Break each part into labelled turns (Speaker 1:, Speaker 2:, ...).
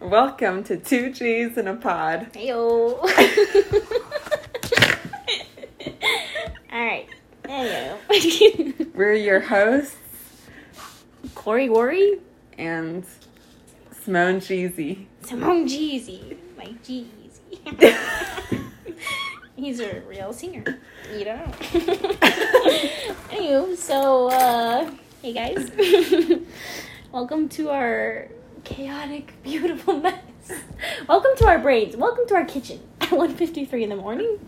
Speaker 1: Welcome to Two G's in a Pod.
Speaker 2: Heyo. All right. Anyway.
Speaker 1: We're your hosts
Speaker 2: Corey Worry,
Speaker 1: and Simone Cheesy.
Speaker 2: Simone Jeezy, Mike Jeezy. He's a real singer. You don't know. Anywho, so uh, hey guys, welcome to our chaotic, beautiful mess. Welcome to our brains. Welcome to our kitchen at 1:53 in the morning,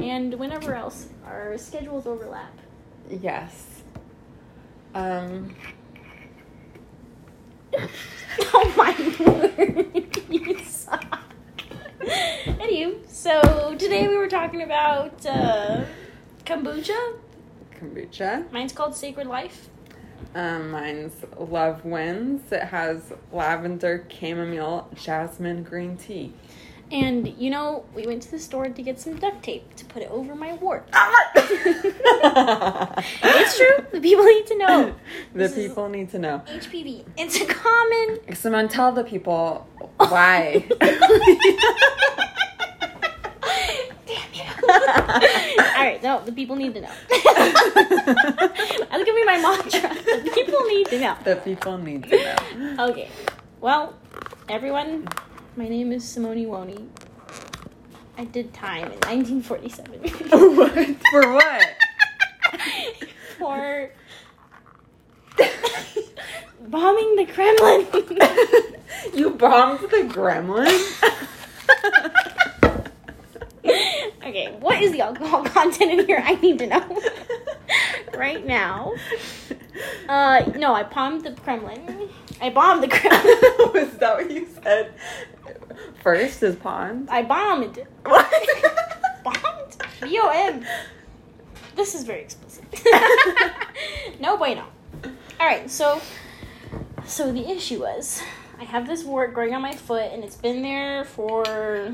Speaker 2: and whenever else our schedules overlap.
Speaker 1: Yes. Um,
Speaker 2: oh my word! you suck. Anywho, so today we were talking about uh, kombucha.
Speaker 1: kombucha.
Speaker 2: Mine's called Sacred Life.
Speaker 1: Um, mine's Love Wins. It has lavender, chamomile, jasmine, green tea.
Speaker 2: And you know, we went to the store to get some duct tape to put it over my wart. it's
Speaker 1: it's
Speaker 2: Ah! true. The people need to know.
Speaker 1: Oh, The
Speaker 2: This is-
Speaker 1: people need to know.
Speaker 2: HPV. It's a common.
Speaker 1: Simone, tell the people why.
Speaker 2: Damn you. All right, no, the people need to know. That's gonna be my mantra. The people need to know.
Speaker 1: the people need to know.
Speaker 2: Okay. Well, everyone, my name is Simone Woni. I did time in 1947
Speaker 1: what? For what?
Speaker 2: for bombing the Kremlin.
Speaker 1: you bombed the gremlin?
Speaker 2: okay, what is the alcohol content in here? I need to know right now. Uh, no, I bombed the Kremlin. I bombed the Kremlin.
Speaker 1: Was that what you said? First is pond.
Speaker 2: I bombed.
Speaker 1: What?
Speaker 2: Bombed? B O M. This is very explicit. no bueno. Alright, so so the issue was I have this wart growing on my foot and it's been there for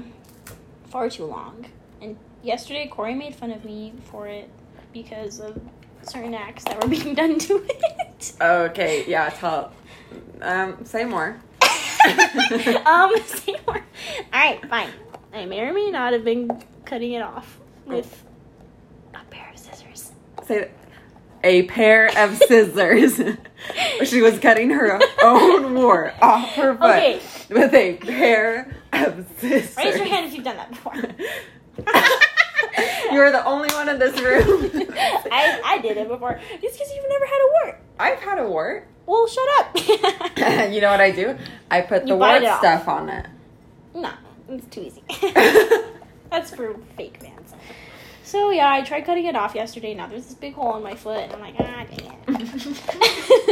Speaker 2: far too long. And yesterday Corey made fun of me for it because of certain acts that were being done to it.
Speaker 1: Okay, yeah, tell. Um, say more.
Speaker 2: um, say more. All right, fine. I may or may not have been cutting it off with a pair of scissors.
Speaker 1: Say that. a pair of scissors. she was cutting her own wart off her foot
Speaker 2: Okay.
Speaker 1: with a pair of scissors.
Speaker 2: Raise your hand if you've done that before.
Speaker 1: You're the only one in this room.
Speaker 2: I, I did it before. It's because you've never had a wart.
Speaker 1: I've had a wart.
Speaker 2: Well, shut up.
Speaker 1: you know what I do? I put the
Speaker 2: You bite
Speaker 1: wart
Speaker 2: it off.
Speaker 1: stuff on it.
Speaker 2: no, it's too easy. That's for fake fans. So yeah, I tried cutting it off yesterday. Now there's this big hole in my foot, and I'm like, ah, dang it.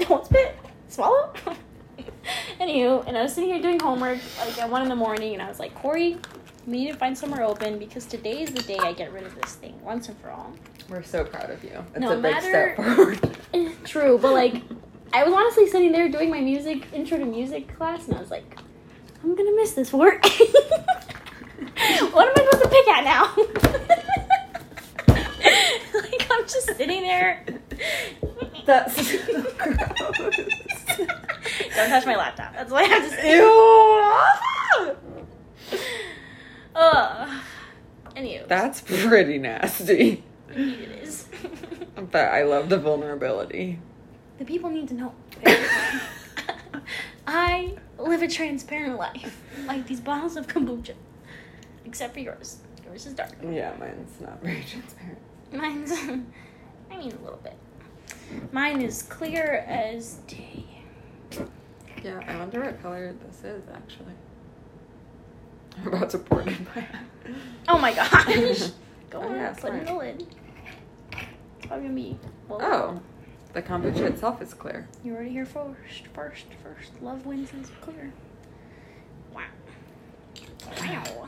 Speaker 2: Don't spit. Swallow. Anywho, and I was sitting here doing homework like at one in the morning, and I was like, Corey, we need to find somewhere open because today is the day I get rid of this thing once and for all.
Speaker 1: We're so proud of you. It's
Speaker 2: No
Speaker 1: a big
Speaker 2: matter-
Speaker 1: step forward.
Speaker 2: Eh, True, but like, I was honestly sitting there doing my music intro to music class, and I was like, I'm gonna miss this work. what am I supposed to pick at now? like, I'm just sitting there.
Speaker 1: That's so gross.
Speaker 2: Don't touch my laptop. That's what I have to say.
Speaker 1: Ew.
Speaker 2: Ugh. Anywho,
Speaker 1: That's pretty nasty.
Speaker 2: it is.
Speaker 1: But I love the vulnerability.
Speaker 2: the people need to know. I live a transparent life, like these bottles of kombucha, except for yours. Yours is dark.
Speaker 1: yeah, mine's not very transparent.
Speaker 2: Mine's, I mean, a little bit. Mine is clear as day.
Speaker 1: Yeah, I wonder what color this is actually. I'm about to pour it in my
Speaker 2: Oh my gosh! Go
Speaker 1: Oh,
Speaker 2: on,
Speaker 1: yeah,
Speaker 2: put it in the lid. It's probably gonna be. Well,
Speaker 1: Oh, the kombucha itself is clear.
Speaker 2: You heard it here first, first, first. Love wins is clear. Wow. Wow.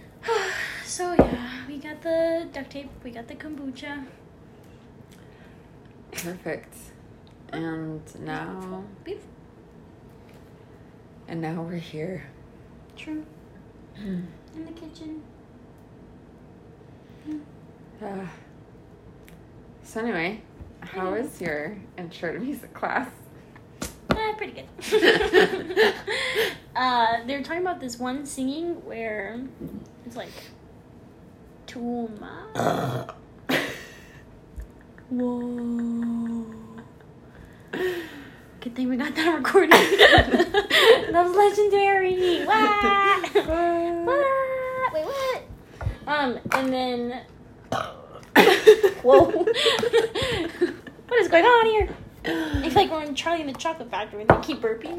Speaker 2: so yeah, we got the duct tape, we got the kombucha.
Speaker 1: Perfect. And now,
Speaker 2: Beautiful.
Speaker 1: and now we're here.
Speaker 2: True. In the kitchen.
Speaker 1: Uh,
Speaker 2: Hmm.
Speaker 1: so anyway, how was your intro to music class?
Speaker 2: Ah, pretty good. uh, they're talking about this one singing where it's like, Tuma. Whoa. Good thing we got that recorded. that was legendary. What? what? Wait, what? Um, and then. Whoa. what is going on here? It's like we're in Charlie and the Chocolate Factory and they keep burping.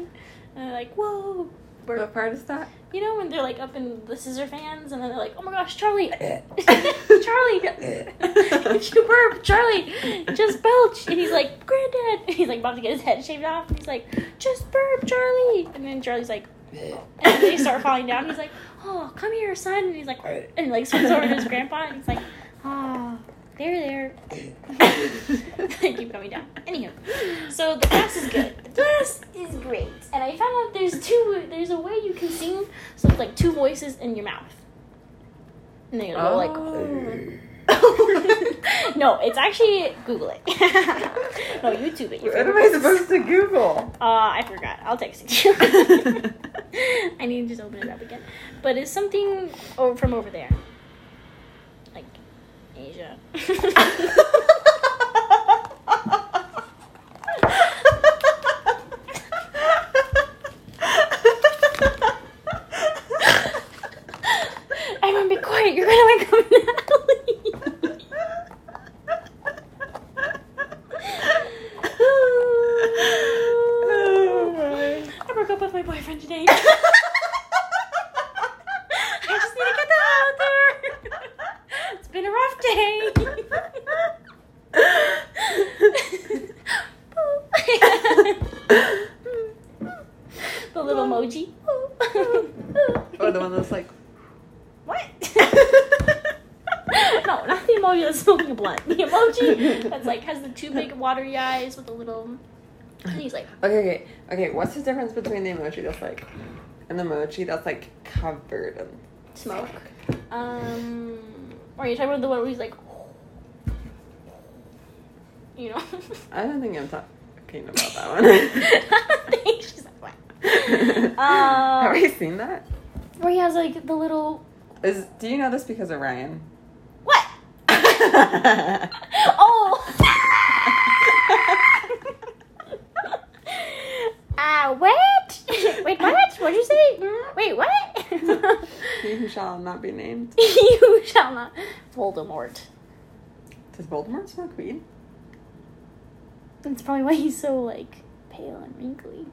Speaker 2: And they're like, whoa.
Speaker 1: What
Speaker 2: Burp.
Speaker 1: part is that?
Speaker 2: You know when they're like up in the scissor fans and then they're like, oh my gosh, Charlie. Charlie. if you burp, Charlie, just belch. And he's like, Granddad. He's like about to get his head shaved off. And he's like, just burp, Charlie. And then Charlie's like, and they start falling down. He's like, oh, come here, son. And he's like, and he like swims over to his grandpa. And he's like, ah, oh, there, there. they keep coming down. Anywho, so the class is good. The class is great. And I found out there's two. There's a way you can sing. So it's like two voices in your mouth. And then you go like.
Speaker 1: Oh.
Speaker 2: "Oh." no, it's actually Google it. no, YouTube it. you
Speaker 1: What am I supposed to Google?
Speaker 2: uh, I forgot. I'll text it to you. I need to just open it up again. But it's something over, from over there, like Asia. Everyone, be quiet. You're gonna wake up Natalie.
Speaker 1: Oh,
Speaker 2: I broke up with my boyfriend today.
Speaker 1: my.
Speaker 2: I just need to get that out there. It's been a rough day. the little emoji.
Speaker 1: or the one that's like.
Speaker 2: What? no, not the emoji that's smoking a blunt. The emoji that's like has the two big watery eyes with the little. And he's like,
Speaker 1: Okay, okay, okay. What's the difference between the emoji that's like, and the emoji that's like covered in
Speaker 2: smoke. Um, or are you talking about the one where he's like, you know?
Speaker 1: I don't think I'm talking about that one.
Speaker 2: She's like, what? Uh,
Speaker 1: Have you seen that?
Speaker 2: Where he has like the little
Speaker 1: Is do you know this because of Ryan?
Speaker 2: what? Oh. Ah, what? Wait, what? What'd you say? Hmm? Wait, what?
Speaker 1: he who shall not be named.
Speaker 2: you shall not. Voldemort.
Speaker 1: Does Voldemort smoke weed?
Speaker 2: That's probably why he's so like pale and wrinkly.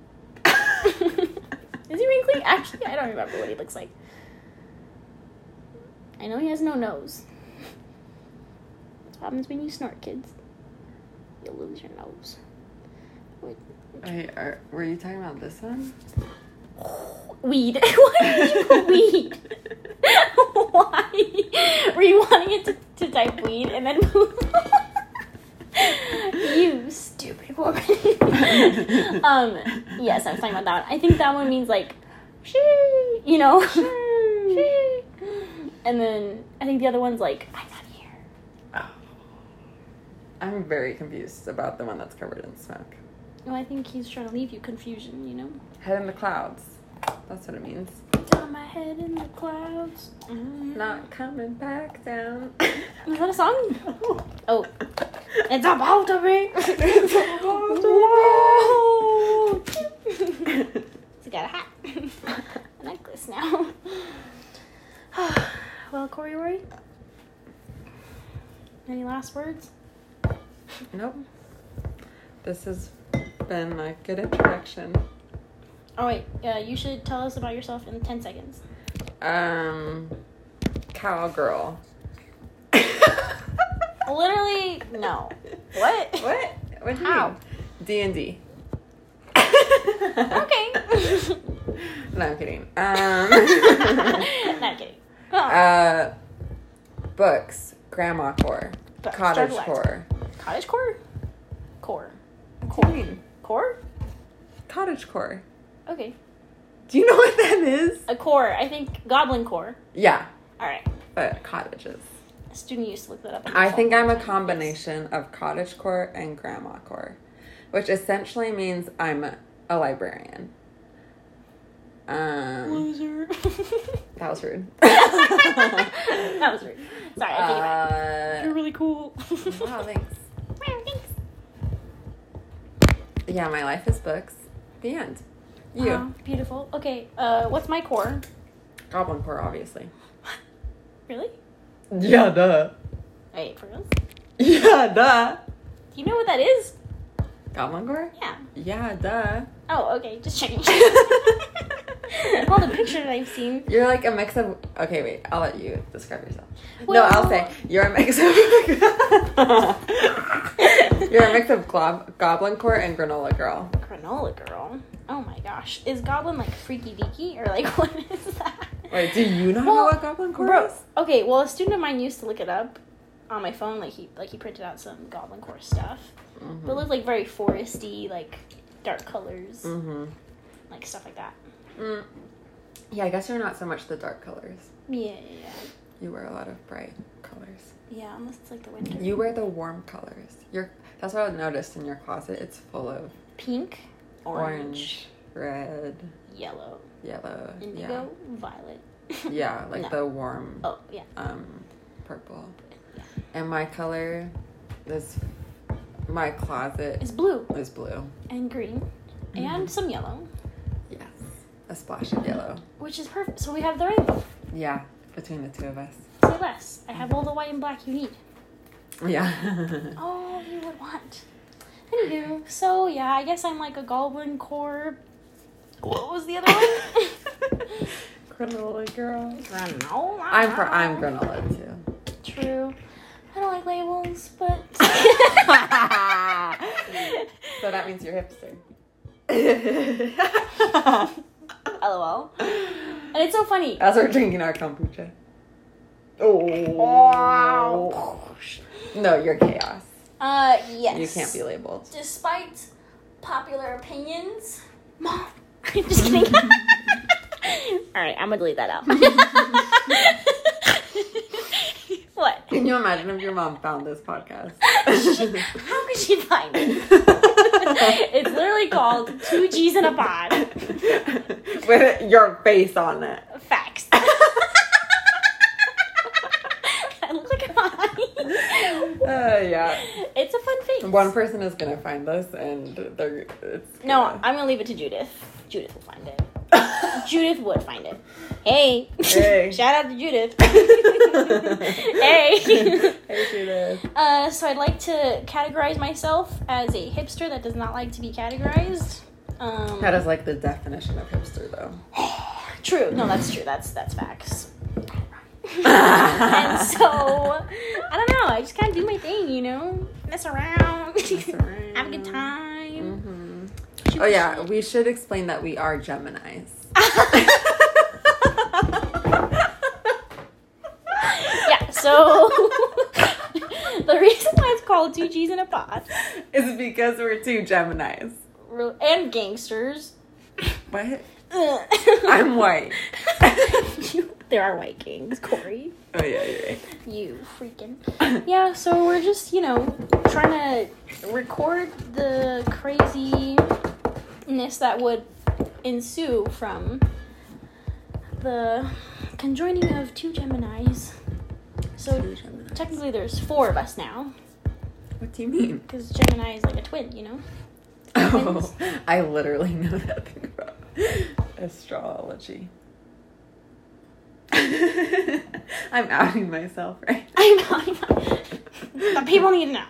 Speaker 2: Is he wrinkly? Actually, I don't remember what he looks like. I know he has no nose. That's what happens when you snort, kids. You lose your nose. Wait.
Speaker 1: Wait, are, were you talking about this one?
Speaker 2: Weed. Why did you put weed? Why? Were you wanting it to, to type weed and then you stupid woman. um, yes, I was talking about that. one. I think that one means like, she, you know, she. And then I think the other one's like, I'm not here.
Speaker 1: I'm very confused about the one that's covered in smoke.
Speaker 2: No, I think he's trying to leave you confusion. You know,
Speaker 1: Head in the clouds. That's what it means.
Speaker 2: got my head in the clouds. Mm.
Speaker 1: Not coming back down.
Speaker 2: Is that a song? Oh, it's about to be.
Speaker 1: It's about to be.
Speaker 2: Whoa. It's got a hat, a necklace now. well, Corey, Rory, any last words?
Speaker 1: Nope. This has been a good introduction.
Speaker 2: Oh wait, uh, you should tell us about yourself in ten seconds.
Speaker 1: Um, cowgirl.
Speaker 2: Literally, no. What?
Speaker 1: What? What do you
Speaker 2: How?
Speaker 1: mean? D and D.
Speaker 2: Okay.
Speaker 1: No, I'm kidding. Um,
Speaker 2: Not kidding. Oh,
Speaker 1: uh, books, grandma core,
Speaker 2: Books,
Speaker 1: cottage
Speaker 2: Jungle
Speaker 1: core.
Speaker 2: cottage core, core,
Speaker 1: What do you mean?
Speaker 2: core.
Speaker 1: Cottage core.
Speaker 2: Okay,
Speaker 1: Do you know what that is?
Speaker 2: a core. I think goblin core.
Speaker 1: Yeah,
Speaker 2: All right.
Speaker 1: but cottages.
Speaker 2: A student used to look that up. on
Speaker 1: I
Speaker 2: their
Speaker 1: think
Speaker 2: phone.
Speaker 1: I'm a combination of cottage core and grandma core, which essentially means I'm a librarian. Um,
Speaker 2: Loser.
Speaker 1: that was rude.
Speaker 2: that was rude. Sorry, I think about it. You're
Speaker 1: Uh,
Speaker 2: really cool.
Speaker 1: wow, thanks.
Speaker 2: Wow, thanks.
Speaker 1: Yeah, my life is books. The end. You.
Speaker 2: Wow, Um, beautiful. Okay, uh, what's my core?
Speaker 1: Goblin core, obviously.
Speaker 2: Really?
Speaker 1: Yeah, duh.
Speaker 2: Wait, for real?
Speaker 1: Yeah, duh.
Speaker 2: Do you know what that is?
Speaker 1: Goblin core?
Speaker 2: Yeah.
Speaker 1: Yeah, duh.
Speaker 2: Oh, okay, just checking. Of All the pictures I've seen.
Speaker 1: You're like a mix of. Okay, wait. I'll let you describe yourself.
Speaker 2: Well-
Speaker 1: no, I'll say you're a mix of. you're a mix of glob- goblin core and granola girl.
Speaker 2: Granola girl. Oh my gosh. Is Goblin like freaky deaky? Or like, what is that?
Speaker 1: Wait, do you not know
Speaker 2: Well,
Speaker 1: what goblin core
Speaker 2: Bro,
Speaker 1: is?
Speaker 2: okay. Well, a student of mine used to look it up on my phone. Like he, like he printed out some Goblin Core stuff,
Speaker 1: Mm-hmm. Hmm.
Speaker 2: but it looked like very foresty, like dark colors,
Speaker 1: Mm-hmm.
Speaker 2: like stuff like that.
Speaker 1: Mm. Yeah, I guess you're not so much the dark colors.
Speaker 2: Yeah, yeah, yeah.
Speaker 1: You wear a lot of bright colors.
Speaker 2: yeah. Unless it's like the winter.
Speaker 1: You wear the warm colors. Your that's what I noticed in your closet. It's full of
Speaker 2: Pink, orange,
Speaker 1: orange, red,
Speaker 2: yellow,
Speaker 1: yellow,
Speaker 2: indigo, violet.
Speaker 1: yeah, yeah, like
Speaker 2: No.
Speaker 1: the warm
Speaker 2: Oh yeah.
Speaker 1: um purple.
Speaker 2: Yeah.
Speaker 1: And my color is my closet
Speaker 2: It's blue
Speaker 1: is blue.
Speaker 2: and green,
Speaker 1: Mm.
Speaker 2: and some yellow,
Speaker 1: Yes, a splash of yellow.
Speaker 2: which is perfect. So we have the rainbow.
Speaker 1: Yeah, between the two of us.
Speaker 2: Say less. I have all the white and black you need.
Speaker 1: Yeah.
Speaker 2: Oh, you would want. Anywho, so yeah, I guess I'm like a goblin core. What was the other one?
Speaker 1: granola girl.
Speaker 2: granola.
Speaker 1: I'm for I'm granola too.
Speaker 2: True. I don't like labels, but.
Speaker 1: so that means you're hipster.
Speaker 2: LOL. And it's so funny.
Speaker 1: As we're drinking our kombucha. Oh.
Speaker 2: Wow.
Speaker 1: No, you're chaos.
Speaker 2: Uh, yes.
Speaker 1: You can't be labeled.
Speaker 2: Despite popular opinions, mom. Just kidding. All right, I'm gonna delete that out. what?
Speaker 1: Can you imagine if your mom found this podcast?
Speaker 2: How could she find it? it's literally called Two G's in a Pod.
Speaker 1: With your face on it.
Speaker 2: Facts. I look like a mommy.
Speaker 1: Uh, yeah.
Speaker 2: It's a fun thing.
Speaker 1: One person is gonna find this, and they're. It's
Speaker 2: No,
Speaker 1: gonna-
Speaker 2: I'm gonna leave it to Judith. Judith will find it. Judith would find it. Hey.
Speaker 1: Hey.
Speaker 2: Shout out to Judith. hey.
Speaker 1: Hey, Judith.
Speaker 2: Uh, so I'd like to categorize myself as a hipster that does not like to be categorized. Um,
Speaker 1: That is like the definition of hipster, though.
Speaker 2: True. No, that's true. That's that's facts. and so I don't know. I just kind of do my thing, you know, mess around, have a good time.
Speaker 1: hmm
Speaker 2: Shoot
Speaker 1: Oh
Speaker 2: the
Speaker 1: yeah,
Speaker 2: shit.
Speaker 1: we should explain that we are Gemini's.
Speaker 2: yeah. So the reason why it's called two G's in a pod
Speaker 1: Is because we're two Gemini's.
Speaker 2: re- and gangsters.
Speaker 1: What?
Speaker 2: I'm
Speaker 1: I'm white.
Speaker 2: you, there are white gangs, Corey.
Speaker 1: Oh yeah, you're right.
Speaker 2: You freaking. Yeah, so we're just, you know, trying to record the craziness that would ensue from the conjoining of two Geminis. So
Speaker 1: Two Geminis.
Speaker 2: technically there's four of us now,
Speaker 1: What do you mean?
Speaker 2: because Gemini is like a twin, you know?
Speaker 1: Oh, I literally know nothing about astrology. I'm outing myself, right?
Speaker 2: I'm But people need to know.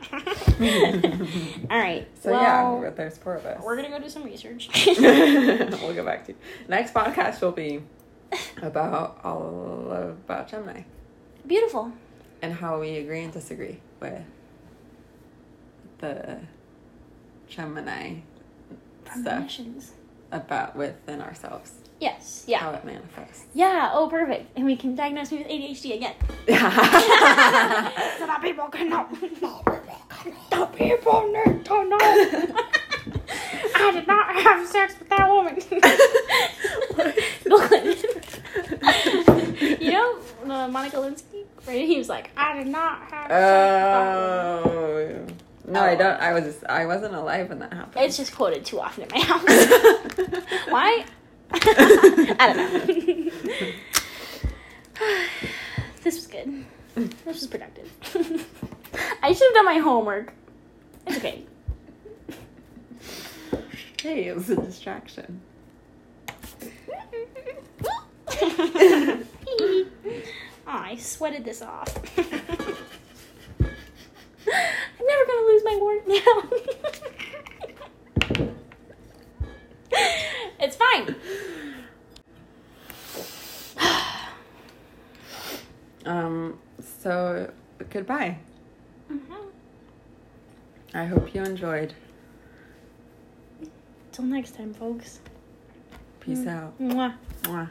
Speaker 2: Alright.
Speaker 1: So
Speaker 2: well,
Speaker 1: yeah, there's four of us.
Speaker 2: we're gonna go do some research.
Speaker 1: we'll go back to you. Next podcast will be about all about Gemini
Speaker 2: Beautiful.
Speaker 1: and how we agree and disagree with the Gemini stuff
Speaker 2: Premonitions.
Speaker 1: about within ourselves,
Speaker 2: Yes. Yeah.
Speaker 1: how it manifests.
Speaker 2: Yeah, oh, perfect. And we can diagnose me with ADHD again.
Speaker 1: Oh.
Speaker 2: so that people can know. The people need to know. I did not have sex with that woman. Bill Clinton. you know, uh, Monica Lewinsky, right? He was like, I did not have sex with that woman.
Speaker 1: Oh, No, I don't. I was just. I wasn't alive when that happened.
Speaker 2: It's just quoted too often in my house. Why? I don't know. this was good. This was productive. I should have done my homework. It's okay.
Speaker 1: Hey, it was a distraction.
Speaker 2: Aw, I sweated this off. I'm never gonna lose my word now. it's fine.
Speaker 1: Um. So goodbye.
Speaker 2: Mhm.
Speaker 1: I hope you enjoyed.
Speaker 2: Till next time, folks.
Speaker 1: Peace out.
Speaker 2: Mm. Mwah.
Speaker 1: Mwah.